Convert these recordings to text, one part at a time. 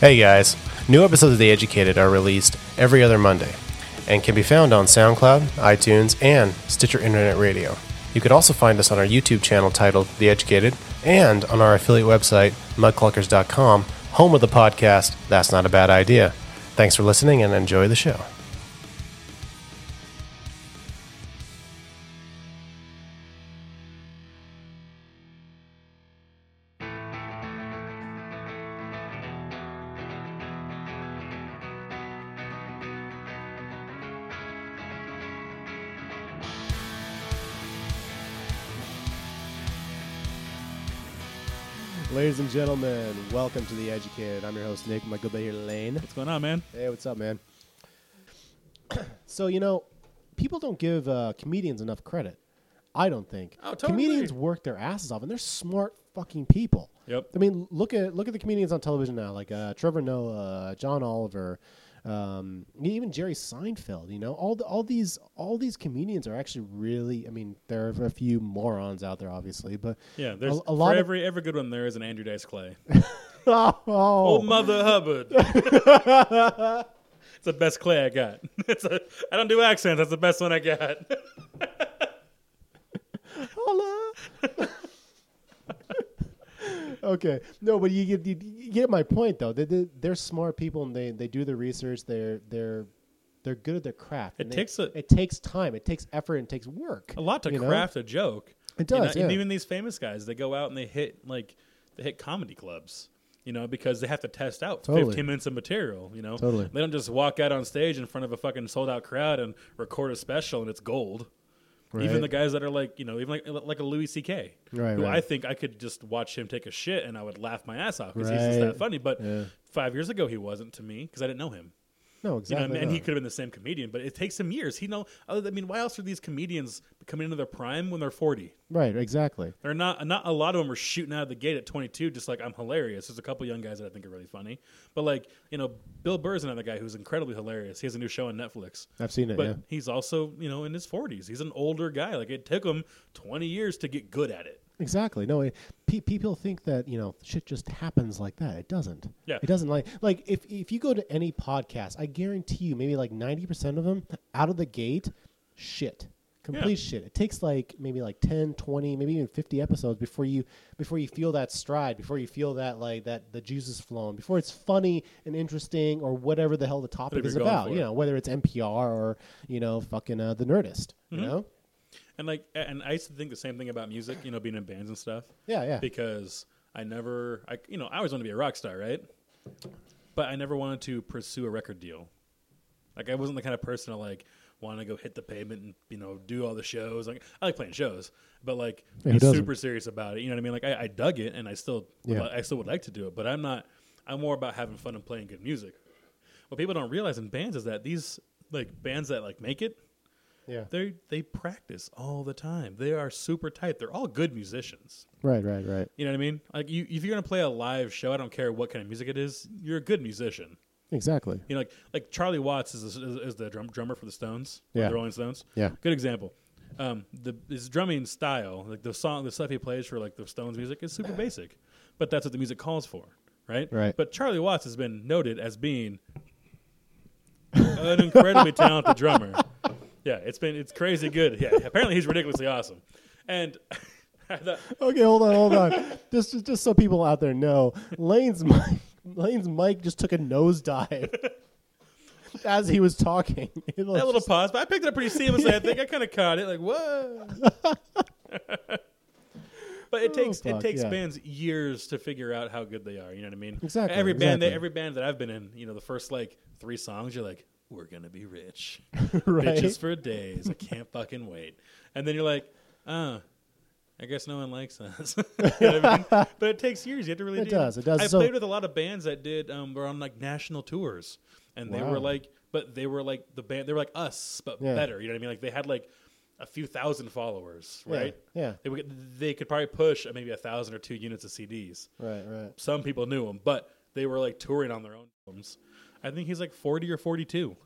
Hey guys, new episodes of The Educated are released every other Monday and can be found on SoundCloud, iTunes, and Stitcher Internet Radio. You can also find us on our YouTube channel titled The Educated and on our affiliate website, mudcluckers.com, home of the podcast That's Not a Bad Idea. Thanks for listening and enjoy the show. Ladies and gentlemen, welcome to The Educated. I'm your host, Nick. My good buddy here, Lane. What's going on, man? Hey, what's up, man? so you know, people don't give uh, comedians enough credit. I don't think. Oh, totally. Comedians work their asses off, and they're smart fucking people. Yep. I mean, look at look at the comedians on television now, like uh, Trevor Noah, John Oliver, um, even Jerry Seinfeld. You know, all the, all these all these comedians are actually really. I mean, there are a few morons out there, obviously, but Yeah, there's a, a lot for of every every good one there is an Andrew Dice Clay. oh, Oh, Mother Hubbard. it's the best Clay I got. It's a, I don't do accents. That's the best one I got. Holla. okay. No, but you get you, you get my point though. They, they they're smart people and they, they do the research. They're they're they're good at their craft. It and they- takes a- it takes time. It takes effort and it takes work. A lot to you know? craft a joke. It You know, does, And yeah. even these famous guys, they go out and they hit like they hit comedy clubs. You know, because they have to test out Totally. 15 minutes of material. You know, Totally. They don't just walk out on stage in front of a fucking sold out crowd and record a special and it's gold. Right. Even the guys that are like, you know, even like like a Louis C.K. Right, who right. I think I could just watch him take a shit and I would laugh my ass off because he's just Right. that funny. But Yeah. five years ago, he wasn't to me because I didn't know him. No, You know, exactly. and, and he that. could have been the same comedian, but it takes him years. He know. uh, I mean, why else are these comedians coming into their prime when they're forty? right, exactly. They're not. Not a lot of them are shooting out of the gate at twenty two. Just like I'm hilarious. There's a couple young guys that I think are really funny, but like you know, Bill Burr's another guy who's incredibly hilarious. He has a new show on Netflix. I've seen it, But yeah. he's also you know in his forties. He's an older guy. Like it took him twenty years to get good at it. Exactly. No, it, pe- people think that you know shit just happens like that. It doesn't. Yeah. It doesn't like like if if you go to any podcast, I guarantee you, maybe like ninety percent of them out of the gate, shit, complete shit. It takes like maybe like 10, 20, maybe even fifty episodes before you before you feel that stride, before you feel that like that the juice is flowing, before it's funny and interesting or whatever the hell the topic Whatever is you're going about. for. You know, whether it's NPR or you know fucking uh, the Nerdist. You Mm-hmm. know. And like, a- and I used to think the same thing about music. You know, being in bands and stuff. Yeah, yeah. Because I never, I you know, I always wanted to be a rock star, right? But I never wanted to pursue a record deal. Like I wasn't the kind of person to like want to go hit the pavement and you know do all the shows. Like I like playing shows, but like Yeah, who be doesn't? super serious about it. You know what I mean? Like I, I dug it, and I still, Yeah. I still would like to do it, but I'm not. I'm more about having fun and playing good music. What people don't realize in bands is that these like bands that like make it Yeah. they they practice all the time. They are super tight. They're all good musicians. Right. Right. Right. You know what I mean? Like you, if you're gonna play a live show, I don't care what kind of music it is, you're a good musician. Exactly. You know, like like Charlie Watts is the, is, is the drum, drummer for the Stones, or Yeah. the Rolling Stones. Yeah. good example. Um, the his drumming style, like the song, the stuff he plays for like the Stones music is super basic, but that's what the music calls for, right? Right. But Charlie Watts has been noted as being an incredibly talented drummer. Yeah, it's been it's crazy good. Yeah, apparently he's ridiculously awesome, and I thought, Okay, hold on, hold on. just, just, just so people out there know, Lane's mic, Lane's mic just took a nosedive as he was talking. It was that little just- pause, but I picked it up pretty seamlessly. I think I kind of caught it. Like what? but it takes Oh, fuck, it takes yeah. bands years to figure out how good they are. You know what I mean? Exactly, Every band, that, exactly. every band that I've been in, you know, the first like three songs, you're like, we're gonna be rich, Right. bitches for days. I can't fucking wait. And then you're like, oh. I guess no one likes us. You know what I mean? But it takes years. You have to really It do does, it does. I So- played with a lot of bands that did um, were on like national tours, and they were Wow. like, but they were like the band. They were like us, but Yeah. better. You know what I mean? Like they had like a few thousand followers, Yeah, right? yeah. They, would, they could probably push uh, maybe a thousand or two units of CDs. Right, right. Some people knew them, but they were like touring on their own albums. I think he's like forty or forty-two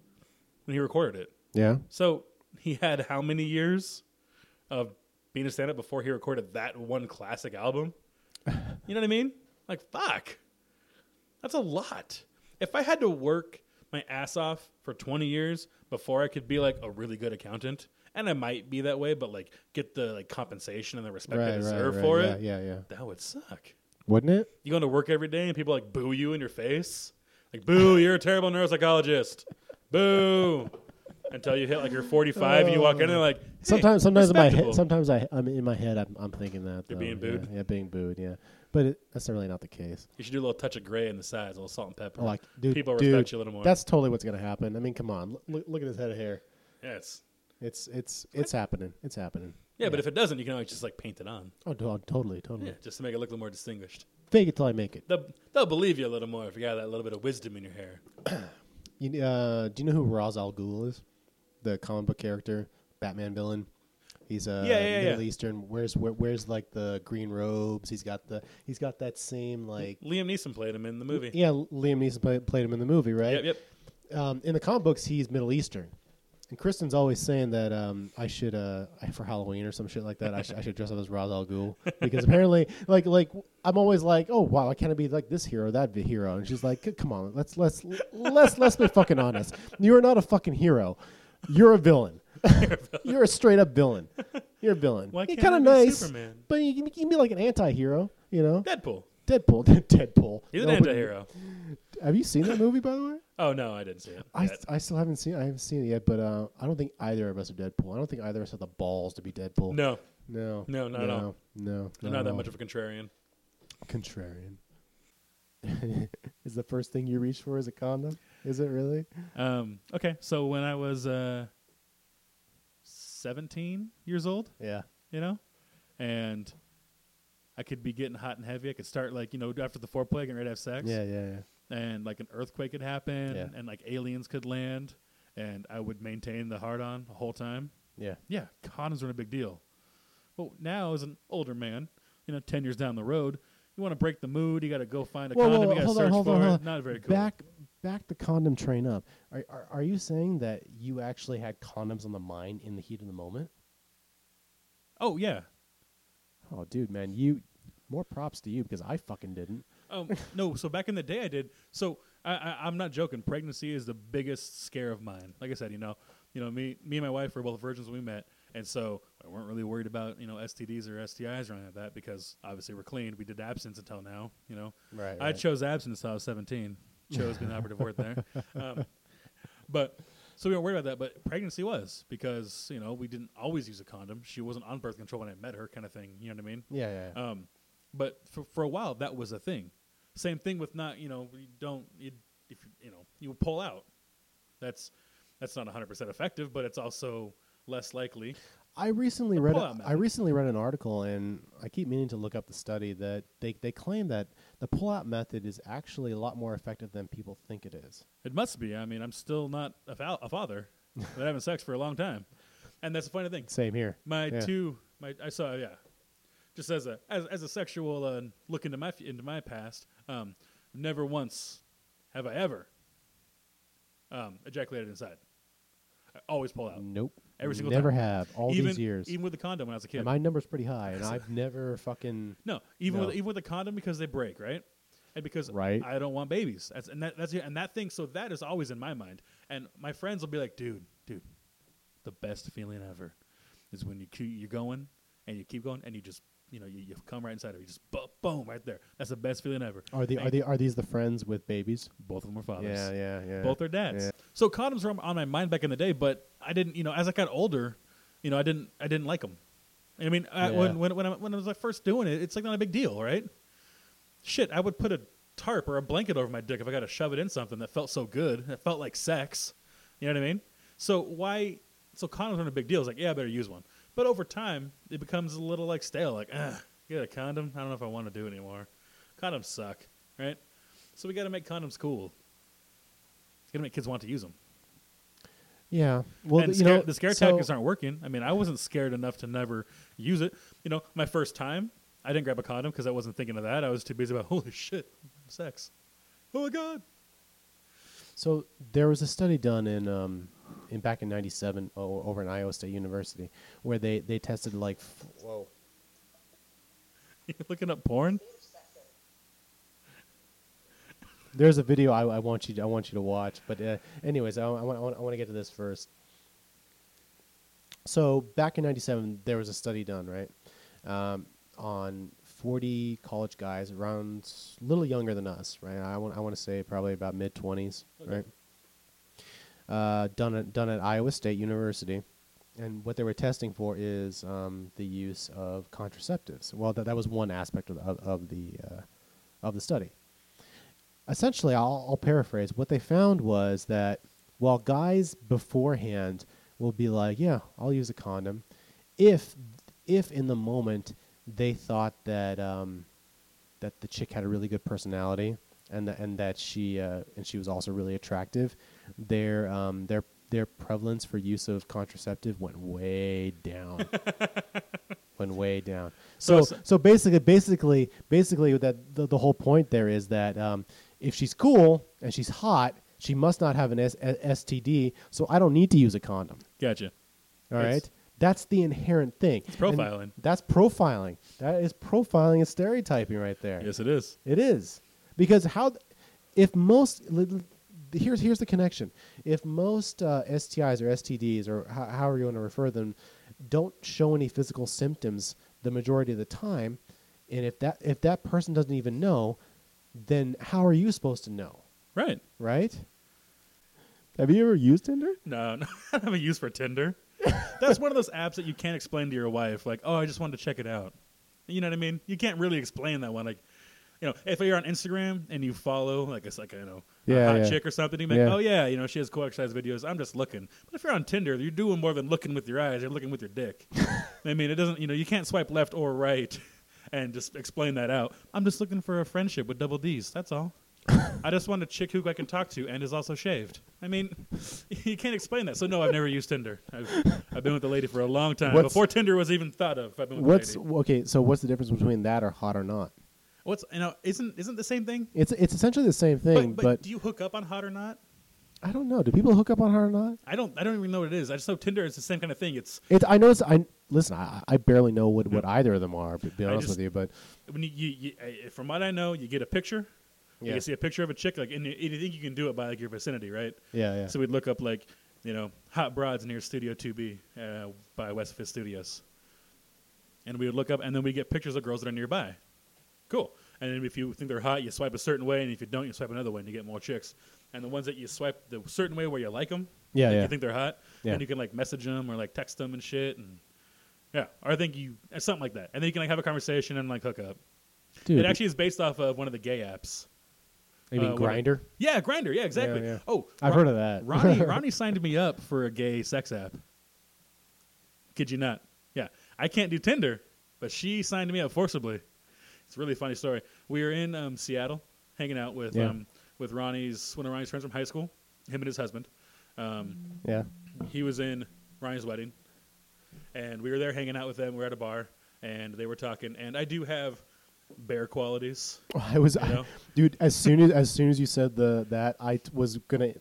when he recorded it. Yeah. So he had how many years of being a stand-up before he recorded that one classic album? You know what I mean? Like fuck. That's a lot. If I had to work my ass off for 20 years before I could be like a really good accountant, and I might be that way, but like get the like compensation and the respect I deserve for yeah, it, Yeah, yeah. that would suck. Wouldn't it? You go to work every day and people like boo you in your face, like boo, you're a terrible neuropsychologist, boo, until you hit like you're 45 and you walk in and they're like hey, Sometimes, sometimes in my respectable. head, sometimes I, I'm in my head. I'm, I'm thinking that though. You're being booed? Yeah, yeah, being booed. Yeah, but it, that's really not the case. you should do a little touch of gray in the sides, a little salt and pepper. Like, dude, people dude, respect you a little more. That's totally what's gonna happen. I mean, come on, look, look at his head of hair. yeah, it's- It's it's it's happening. It's happening. yeah, but if it doesn't, you can always just like paint it on, Oh, to- oh, totally, totally. yeah, just to make it look a little more distinguished. Fake it till I make it. They'll, they'll believe you a little more if you got that little bit of wisdom in your hair. You, uh, do you know who Ra's al Ghul is? The comic book character, Batman villain. He's a Yeah, yeah, Middle yeah. Eastern. Where's where, where's like the green robes? He's got the he's got that same like Liam Neeson played him in the movie. yeah. Liam Neeson play, played him in the movie, right? Yep, yep. um, in the comic books, he's Middle Eastern. And Kristen's always saying that um, I should, uh, I- for Halloween or some shit like that, I, should I should dress up as Ra's al Ghul because apparently, like, like I'm always like, oh wow, I can't be like this hero, that vi- hero, and she's like, "C- come on, let's let's let's let's be fucking honest. You are not a fucking hero. You're a villain. You're a straight up villain. You're a villain. Why You're can't I kinda be nice, Superman? but you can, you can be like an anti-hero. You know, Deadpool. Deadpool, Deadpool. He's an Nobody- anti-hero. Have you seen that movie by the way? Oh no, I didn't see it. I, yet. I still haven't seen I haven't seen it yet, but uh, I don't think either of us are Deadpool. I don't think either of us have the balls to be Deadpool. no, no, No, not at no, all. No, I'm not that much of a contrarian. a contrarian. is the first thing you reach for is a condom? Is it really? Um, okay, so when I was uh, 17 years old, Yeah, you know, and I could be getting hot and heavy. I could start like you know after the foreplay, getting ready to have sex. yeah, yeah, yeah. And like an earthquake could happen, Yeah. and like aliens could land, and I would maintain the hard on the whole time. yeah. Yeah, condoms were a big deal. But now, as an older man, you know, ten years down the road, you want to break the mood. You got to go find a Whoa, whoa, condom. whoa, you got to hold search on, hold for on, it. hold on. Not very cool. Back, back the condom train up. Are, are are you saying that you actually had condoms on the mind in the heat of the moment? Oh yeah. Oh, dude, man, you. More props to you because I fucking didn't. Um, no, so back in the day, I did. So I, I, I'm not joking. Pregnancy is the biggest scare of mine. Like I said, you know, you know, me, me and my wife were both virgins when we met, and so I weren't really worried about you know STDs or STIs or anything like that because obviously we're clean. We did abstinence until now. You know, Right, I right. chose abstinence until I was 17. Chose being the operative word there, um, but. So we weren't worried about that, but pregnancy was because you know we didn't always use a condom. She wasn't on birth control when I met her, kind of thing. You know what I mean? Yeah, yeah. yeah. Um, but for, for a while, that was a thing. Same thing with not, you know, you don't, you, if you, you know, you pull out. That's that's not 100% effective, but it's also less likely. I recently The read pull-out I method. recently read an article and I keep meaning to look up the study that they, they claim that the pull-out method is actually a lot more effective than people think it is. It must be. I mean, I'm still not a, fa- a father. I've been having sex for a long time. And that's the funny thing. Same here. My Yeah. two, my I saw yeah, just as a as, as a sexual uh, look into my f- into my past. Um, never once have I ever um, ejaculated inside. I always pull out Nope. every single never time. have all even, these years. even with the condom when I was a kid. and my number's pretty high, and I've never fucking no, even No. with even with the condom because they break right, and because Right. I don't want babies. That's and that, that's and that thing. So that is always in my mind. And my friends will be like, dude, dude, the best feeling ever is when you keep- you're going and you keep going and you just you know you, you come right inside of it. You just bu- boom right there. That's the best feeling ever. are the And are the are these the friends with babies? both of them are fathers? yeah, yeah. both are dads. Yeah. So condoms were on- on my mind back in the day, but I didn't, you know, as I got older, you know, I didn't, I didn't like them. I mean, I, when Yeah. when when I, when I was like first doing it, it's like not a big deal, right? Shit, I would put a tarp or a blanket over my dick if I got to shove it in something that felt so good, that felt like sex. You know what I mean? So why? So condoms aren't a big deal. It's like, yeah, I better use one. But over time, it becomes a little like stale. Like, ah, get a condom. I don't know if I want to do it anymore. Condoms suck, right? So we got to make condoms cool. It's gonna make kids want to use them. Yeah. Well, and th- you scare, know, the scare so- tactics aren't working. I mean, I wasn't scared enough to never use it. You know, my first time, I didn't grab a condom because I wasn't thinking of that. I was too busy about holy shit, sex. Oh my god. So there was a study done in um, in back in '97 o- over in Iowa State University where they they tested like f- whoa You're looking up porn. There's a video I, I want you to, I want you to watch. But uh, anyways, I, I want I want I want to get to this first. So back in '97, there was a study done right um, on 40 college guys around a little younger than us, right? I want I want to say probably about mid 20s, Okay. right? Uh, done at, done at Iowa State University, and what they were testing for is um, the use of contraceptives. Well, that that was one aspect of the, of, of the uh, of the study essentially, I'll, I'll paraphrase. What they found was that while guys beforehand will be like, "Yeah, I'll use a condom," if if in the moment they thought that um, that the chick had a really good personality and that and that she uh, and she was also really attractive, their um, their their prevalence for use of contraceptive went way down. went way down. So So so, basically basically basically that the, the whole point there is that um, if she's cool and she's hot, she must not have an S- a- STD. So I don't need to use a condom. Gotcha. All right, It's- That's the inherent thing. It's profiling. that's profiling. That is profiling and stereotyping right there. Yes, it is. It is because how th- if most li- li- here's here's the connection. If most uh, STIs or STDs or how however you want to refer them don't show any physical symptoms the majority of the time, and if that if that person doesn't even know, then how are you supposed to know, Right. right? Have you ever used Tinder? No, no I don't have a use for Tinder. That's one of those apps that you can't explain to your wife. Like, oh, I just wanted to check it out. You know what I mean? You can't really explain that one. Like, you know, if you're on Instagram and you follow, like, it's like, you know, Yeah, a hot yeah. chick or something, you make, Yeah. oh, yeah, you know, she has cool exercise videos. I'm just looking. But if you're on Tinder, you're doing more than looking with your eyes. You're looking with your dick. I mean, it doesn't, you know, you can't swipe left or right and just explain that out. I'm just looking for a friendship with double D's. That's all. I just want a chick who I can talk to and is also shaved. I mean, you can't explain that. So no, I've never used Tinder. I've, I've been with a lady for a long time What's- before Tinder was even thought of. I've been with What's a lady. okay? So what's the difference between that or hot or not? what's you know isn't isn't the same thing? It's it's essentially the same thing, but, But, but, do you hook up on hot or not? I don't know. Do people hook up on hot or not? I don't I don't even know what it is. I just know Tinder is the same kind of thing. It's It's I know it's I listen. I, I barely know what, what either of them are. To be I honest just- with you, but when you, you, you I- from what I know, you get a picture. You Yeah. can see a picture of a chick, like, and you, and you think you can do it by like your vicinity, right? Yeah, yeah. So we'd look up like, you know, hot broads near Studio 2B uh, by West Fifth Studios, and we would look up, and then we get pictures of girls that are nearby. Cool. And then if you think they're hot, you swipe a certain way, and if you don't, you swipe another way, and you get more chicks. And the ones that you swipe the certain way where you like them, Yeah, like yeah. you think they're hot, Yeah. and you can like message them or like text them and shit, and yeah, or I think you uh, something like that, and then you can like have a conversation and like hook up. dude, It actually is based off of one of the gay apps. I mean uh, what- grinder. Yeah, Grinder. Yeah, exactly. yeah. Oh, I've Ron- heard of that. Ronnie Ronnie signed me up for a gay sex app. Kid you not? Yeah, I can't do Tinder, but she signed me up forcibly. It's a really funny story. We were in um, Seattle hanging out with Yeah. um, with Ronnie's one of Ronnie's friends from high school, him and his husband. Um, Yeah, he was in Ryan's wedding, and we were there hanging out with them. We were at a bar, and they were talking. And I do have bear qualities. I was, I- know? dude. As soon as as soon as you said the that, I t- was gonna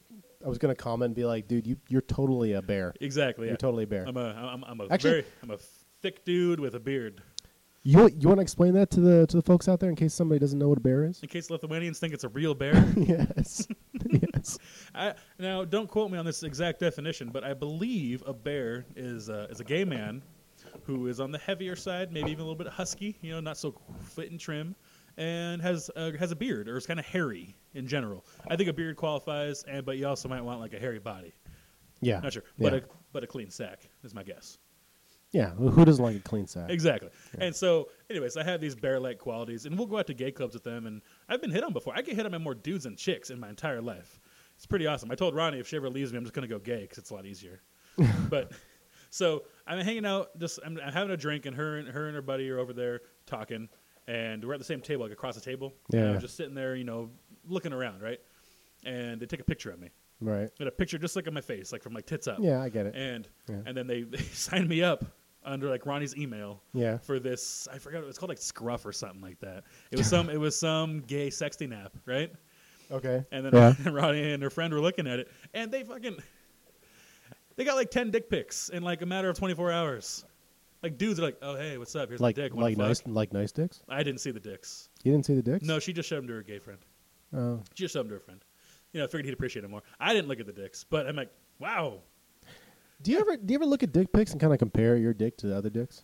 I was gonna comment and be like, dude, you you're totally a bear. Exactly. You're yeah. totally a bear. I'm a I'm, I'm a Actually- very I'm a thick dude with a beard. You you want to explain that to the to the folks out there in case somebody doesn't know what a bear is? In case Lithuanians think it's a real bear, yes, yes. I, now don't quote me on this exact definition, but I believe a bear is uh, is a gay man who is on the heavier side, maybe even a little bit husky, you know, not so fit and trim, and has uh, has a beard or is kind of hairy in general. I think a beard qualifies, and but you also might want like a hairy body. Yeah, Not sure, Yeah. but a but a clean sack is my guess. yeah. Who who doesn't like a clean sack? Exactly. And so, anyways, I have these bear-like qualities, and we'll go out to gay clubs with them. And I've been hit on before. I get hit on by more dudes than chicks in my entire life. It's pretty awesome. I told Ronnie if she ever leaves me, I'm just gonna go gay because it's a lot easier. but so I'm hanging out, just I'm, I'm having a drink, and her and her and her buddy are over there talking, and we're at the same table, like across the table. And Yeah. I'm just sitting there, you know, looking around, right? And they take a picture of me. Right. They had a picture just like of my face, like from like tits up Yeah, I get it. and Yeah. and then they, they signed me up under like Ronnie's email Yeah. for this I forgot it's called like Scruff or something like that. It was some it was some gay sexting app, right? okay. And then Yeah. Ronnie and her friend were looking at it and they fucking they got like 10 dick pics in like a matter of 24 hours. Like dudes are like, "Oh, hey, what's up? Here's like my dick." Wanna like fuck?" nice like nice dicks. I didn't see the dicks. You didn't see the dicks? Oh. No, she just showed them to her gay friend. Just showed him to a friend. You know, I figured he'd appreciate it more. I didn't look at the dicks, but I'm like, wow. Do you ever do you ever look at dick pics and kind of compare your dick to other dicks?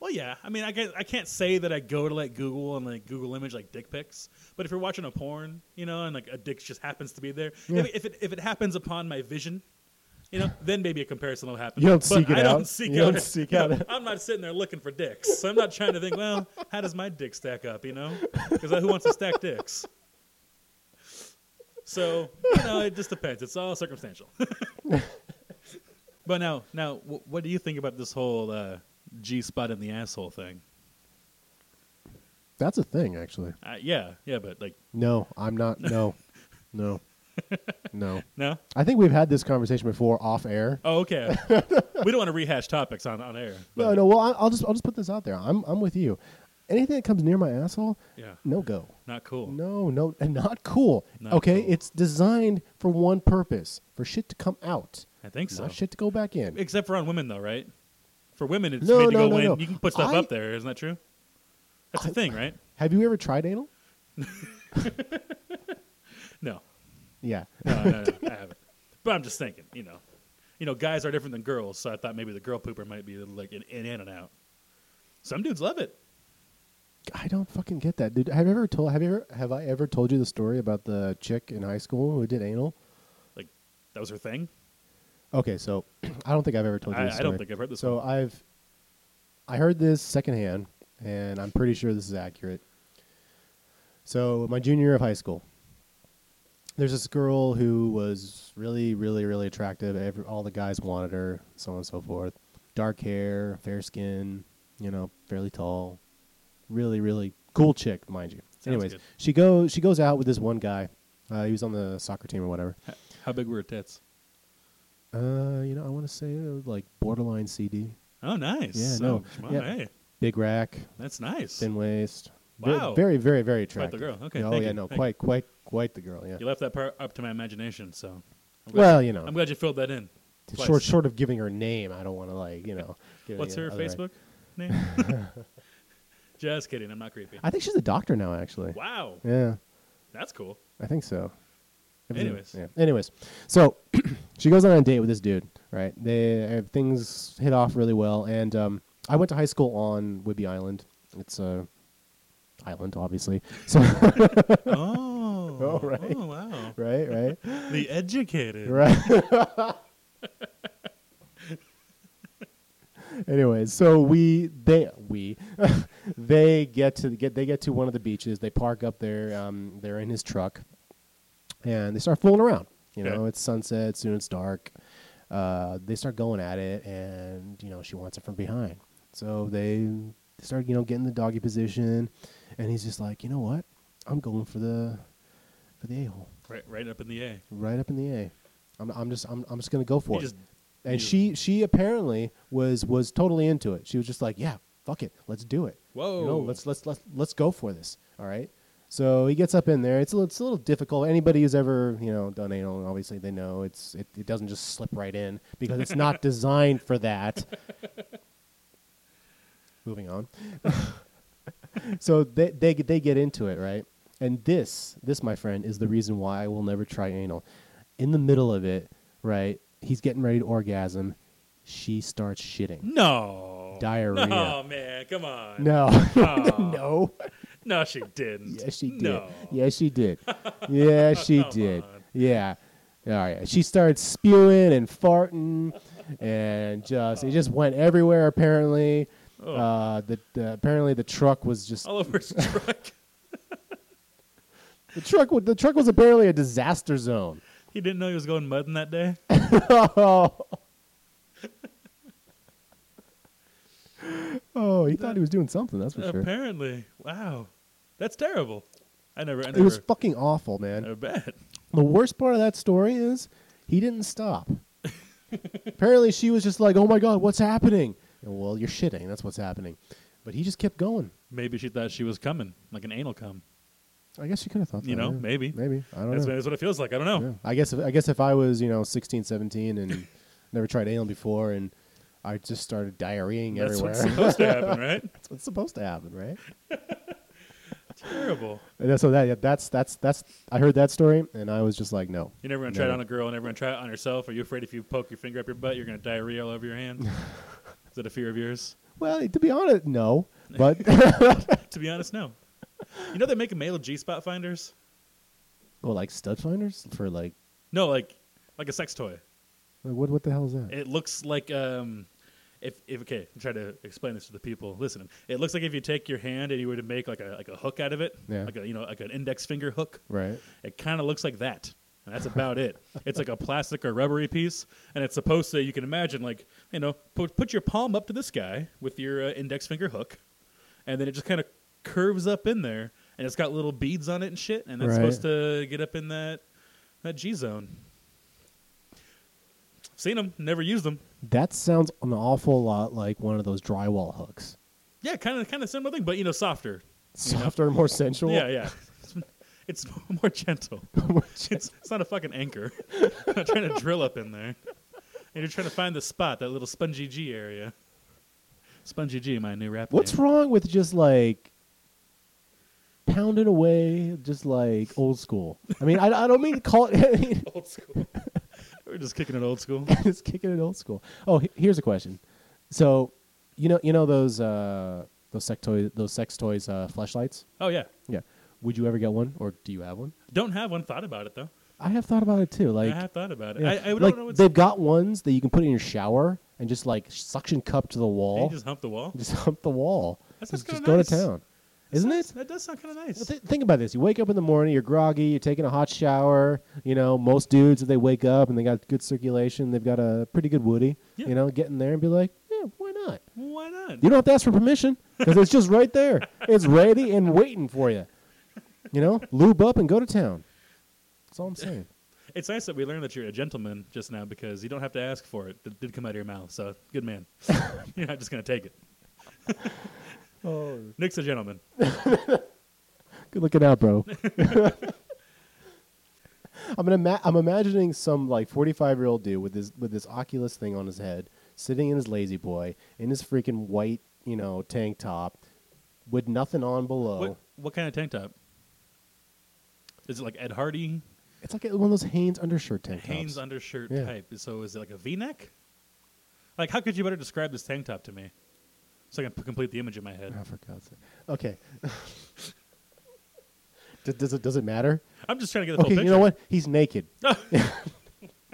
Well, yeah. I mean, I, guess, I can't say that I go to like Google and like Google image like dick pics, but if you're watching a porn, you know, and like a dick just happens to be there, Yeah. if, if it if it happens upon my vision, you know, then maybe a comparison will happen. You don't But seek it I out. Don't seek You don't out- seek you know, out- I'm not sitting there looking for dicks. So I'm not trying to think. Well, how does my dick stack up? You know, because who wants to stack dicks? So you know, it just depends. It's all circumstantial. but now, now, wh- what do you think about this whole uh, G spot in the asshole thing? That's a thing, actually. Uh, yeah, yeah, but like, No, I'm not. No, no, no. no. I think we've had this conversation before off air. Oh, okay. we don't want to rehash topics on, on air. No, but- no. Well, I- I'll just I'll just put this out there. I'm I'm with you. Anything that comes near my asshole, Yeah, no go. not cool. No, no, and not cool. Not okay, cool. it's designed for one purpose: for shit to come out, I think so. not shit to go back in. Except for on women, though, right? For women, it's No, made to no, go no, in. no. You can put stuff I- up there, isn't that true? That's a thing, right? Have you ever tried anal? No, Yeah. no, no, no I haven't. But I'm just thinking, you know, you know, guys are different than girls, so I thought maybe the girl pooper might be like an in, in and out. Some dudes love it. I don't fucking get that, dude. Have you ever told? Have you ever? Have I ever told you the story about the chick in high school who did anal? Like that was her thing. Okay, so I don't think I've ever told you I- this I story. don't think I've heard this Oh, So one. I've I heard this secondhand, and I'm pretty sure this is accurate. So my junior year of high school, there's this girl who was really, really, really attractive. Every, all the guys wanted her, so on and so forth. Dark hair, fair skin, you know, fairly tall, really, really cool chick, mind you. Sounds Anyways, good. she goes she goes out with this one guy. Uh, he was on the soccer team or whatever. H- How big were her tits? Uh, you know, I want to say uh, like borderline CD, Oh, nice. Yeah, So, no, come on, yeah. hey, big rack, that's nice. thin waist. Ve- Wow. Very, very, very Quite the attractive. girl. Okay, Oh thank yeah, you. no, Thank quite, quite, quite the girl. Yeah. You left that part up to my imagination, so. I'm glad- Well, you know, I'm glad you filled that in. Twice. short, short of giving her name, I don't want to like, you know. give What's it her other- Facebook name? Just kidding. I'm not creepy. I think she's a doctor now, actually. wow, Yeah, that's cool. I think so. Everything- Anyways. yeah. Anyways, so she goes on a date with this dude, right? They uh, things hit off really well, and um, I went to high school on Whidbey Island. It's a island, obviously. So Oh, All right. oh wow. right, right. The educated. Right. Anyways, so we they we they get to get they get to one of the beaches. They park up there. Um, they're in his truck, and they start fooling around. You know, Okay. it's sunset. Soon it's dark. Uh, they start going at it, and you know she wants it from behind. So they start you know getting the doggy position, and he's just like, you know what, I'm going for the for the a hole Right, right up in the A. right up in the A. I'm, I'm just I'm, I'm just gonna go for You it. just- you- and she she apparently was was totally into it. She was just like, yeah, fuck it, let's do it. you know, Whoa. let's let's let's let's go for this. All right. So he gets up in there. It's a, little- it's a little difficult. Anybody who's ever you know done anal, obviously they know it's it, it doesn't just slip right in because it's not designed for that. Moving on. so they, they they get into it right, and this this my friend is the reason why I will never try anal. In the middle of it, right? He's getting ready to orgasm. She starts shitting. No. Diarrhea. Oh man, come on. No, Aw. no. No, she didn't. Yes, she did. No. Yes, she did. Yeah, she Come did. on. Yeah. All right. She started spewing and farting, and just it just went everywhere. Apparently, Oh. uh, the, the apparently the truck was just All over his truck. the truck. wa- The truck was apparently a disaster zone. he didn't know he was going mudding that day. oh, he thought he was doing something. That's for sure. Apparently, wow, that's terrible. I never. I never It was fucking awful, man. I bet. The worst part of that story is he didn't stop. Apparently, she was just like, "Oh my god, what's happening?" And, well, you're shitting. That's what's happening. But he just kept going. Maybe she thought she was coming, like an anal cum. I guess she could have thought. You that, know, yeah. maybe. Maybe I don't That's, know. that's what it feels like. I don't know. Yeah. I guess if, I guess if I was you know 16, 17 and never tried anal before and I just started diarrheaing That's everywhere. what's supposed to happen, right? That's what's supposed to happen, right? terrible. And that's- so that yeah, that's that's that's I heard that story and I was just like, no. You're never gonna try it No. on a girl. and never gonna try it on yourself. Are you afraid if you poke your finger up your butt, you're gonna diarrhea all over your hand? Is that a fear of yours? Well, to be honest, no. But To be honest, no. You know they make male G spot finders. well, like stud finders for like, No, like like a sex toy. like what what the hell is that? It looks like um, if if okay, I'm trying to explain this to the people listening. It looks like if you take your hand and you were to make like a like a hook out of it, Yeah. like a you know like an index finger hook. right. It kind of looks like that. And that's about it. It's like a plastic or rubbery piece, and it's supposed to. You can imagine, like you know, put put your palm up to this guy with your uh, index finger hook, and then it just kind of curves up in there, and it's got little beads on it and shit, and it's Right. supposed to get up in that that G zone. Seen them, never used them. That sounds an awful lot like one of those drywall hooks. Yeah, kind of kind of similar thing, but you know, softer. Softer, and more sensual. Yeah, yeah. It's, it's more gentle. It's, it's not a fucking anchor. I'm not trying to drill up in there. And you're trying to find the spot, that little spongy G area. Spongy G, my new rap. What's name. wrong with just like pounding away, just like old school? I mean, I, I don't mean to call it. I mean, Old school. We're just kicking it old school. just kicking it old school. Oh, he- here's a question. So, you know, you know those uh, those sex toys, those sex toys, uh, flashlights. Oh yeah. Yeah. Would you ever get one, or do you have one? Don't have one. Thought about it though. I have thought about it too. Like, I have thought about it. yeah, I, I don't like know what's. they've got ones that you can put in your shower and just like suction cup to the Can you wall, just hump the wall. just hump the wall. That sounds just just kinda go nice. to town, isn't it? That does sound kind of nice. Well, th- think about this. You wake up in the morning, you're groggy, you're taking a hot shower. You know, most dudes, if they wake up and they got good circulation, they've got a pretty good woody. Yeah. You know, get in there and be like, yeah, why not? Why not? You don't have to ask for permission because it's just right there. It's ready and waiting for you. You know, lube up and go to town. That's all I'm saying. It's nice that we learned that you're a gentleman just now because you don't have to ask for it. It did come out of your mouth, so good man. you're not just gonna take it. Oh, Nick's a gentleman. good looking out, bro. I'm gonna. Ma- I'm imagining some like 45 year old dude with his with this Oculus thing on his head, sitting in his lazy boy in his freaking white, you know, tank top, with nothing on below. What what kind of tank top? Is it like Ed Hardy It's like one of those Hanes undershirt tank tops. Hanes undershirt Yeah. type? So is it like a V-neck? Like how could you better describe this tank top to me? So I can p- complete the image in my head. Oh, for God's sake. Okay. does, does it does it matter? I'm just trying to get the Okay, full you know what? He's naked.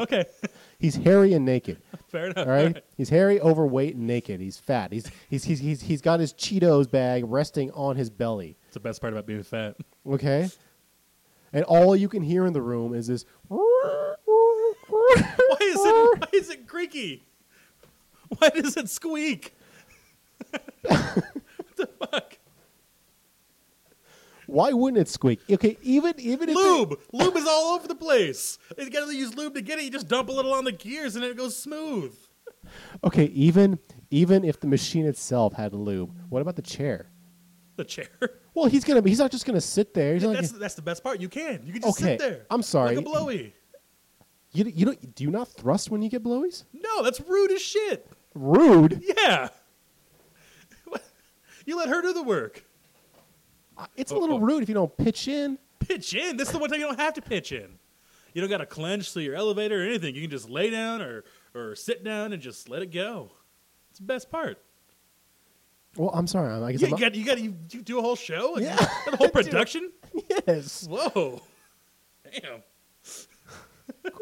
Okay, He's hairy and naked. fair enough. All right? He's hairy, overweight, and naked. He's fat. He's he's he's he's, he's got his Cheetos bag resting on his belly. It's the best part about being fat. Okay? And all you can hear in the room is this Why is it why is it creaky? Why does it squeak? what the fuck? Why wouldn't it squeak? Okay, even even if it- Lube, lube is all over the place. You gotta use lube to get it. You just dump a little on the gears and it goes smooth. Okay, even even if the machine itself had lube, what about the chair? The chair. Well, he's gonna be. He's not just gonna sit there. He's not that's, gonna- that's the best part. You can. You can just Okay, sit there. I'm sorry. Like a blowy. You, you don't do you not thrust when you get blowies? No, that's rude as shit. Rude. Yeah. What? You let her do the work. It's a Oh, little oh. rude if you don't pitch in. Pitch in. This is the one time you don't have to pitch in. You don't gotta clench to your elevator or anything. You can just lay down or, or sit down and just let it go. It's the best part. Well, I'm sorry. I'm- I guess Yeah, I'm not- you got you got you, you do a whole show and Yeah. the whole production. yes. Whoa. Damn.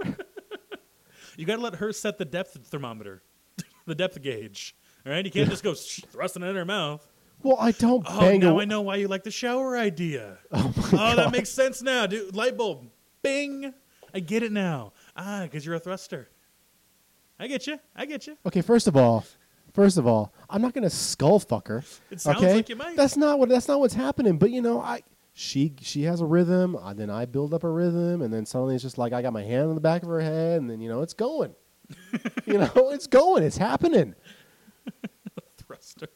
you got to let her set the depth thermometer, the depth gauge. All right? You can't just go sh- thrusting it in her mouth. Well, I don't Oh, bang. now away- I know why you like the shower idea. Oh, that makes sense now, dude. Light bulb. Bing. I get it now. Ah, because you're a thruster. I get you. I get you. Okay, first of all, first of all, I'm not gonna skull fuck her. It sounds okay? like you might. That's not what. That's not what's happening. But you know, I she she has a rhythm. I, then I build up a rhythm, and then suddenly it's just like I got my hand on the back of her head, and then you know it's going. you know, it's going. It's happening. Thruster.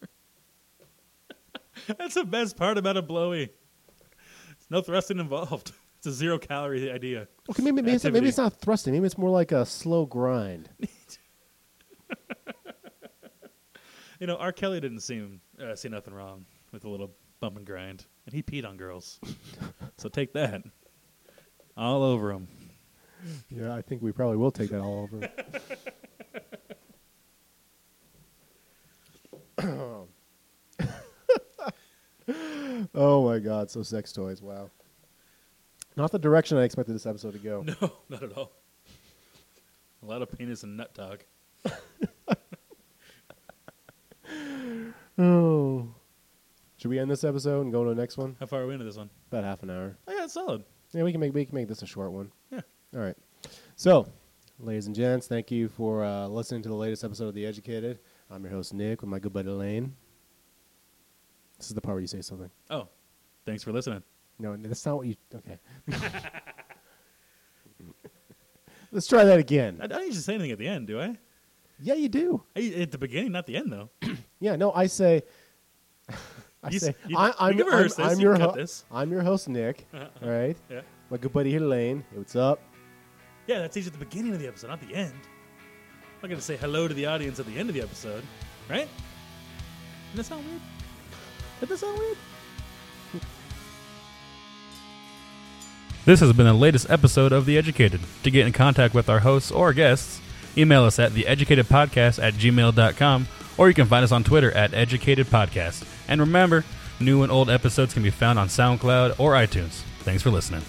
That's the best part about a blowy. There's no thrusting involved. It's a zero calorie idea. Okay, maybe maybe it's, maybe Activity. it's not thrusting. Maybe it's more like a slow grind. You know, R. Kelly didn't seem uh, see nothing wrong with a little bump and grind, and he peed on girls. so take that, all over him. Yeah, I think we probably will take that all over. oh my god, so sex toys, wow. Not the direction I expected this episode to go. No, not at all. A lot of penis and nut talk. Oh. Should we end this episode and go to the next one? How far are we into this one? About half an hour. I got it solid. Yeah, we can make we can make this a short one. Yeah. All right. So, ladies and gents, thank you for uh, listening to the latest episode of The Educated. I'm your host, Nick, with my good buddy Lane. This is the part where you say something. Oh, thanks for listening. No, no, that's not what you. Okay. Let's try that again. I I don't need to say anything at the end, do I? Yeah, you do. I at the beginning, not the end, though. Yeah, no, I say. I You s- say you- I, you I'm, can I'm, rehearse this, I'm you your can cut ho- this. Uh-huh. I'm your host Nick. All right, yeah. my good buddy here Lane. Hey, what's up? Yeah, that's easy at the beginning of the episode, not the end. I'm not going to say hello to the audience at the end of the episode, right? Does that sound weird? Does that sound weird? This has been the latest episode of The Educated. To get in contact with our hosts or guests, email us at theeducatedpodcast at gmail.com or you can find us on Twitter at educatedpodcast. And remember, new and old episodes can be found on SoundCloud or iTunes. Thanks for listening.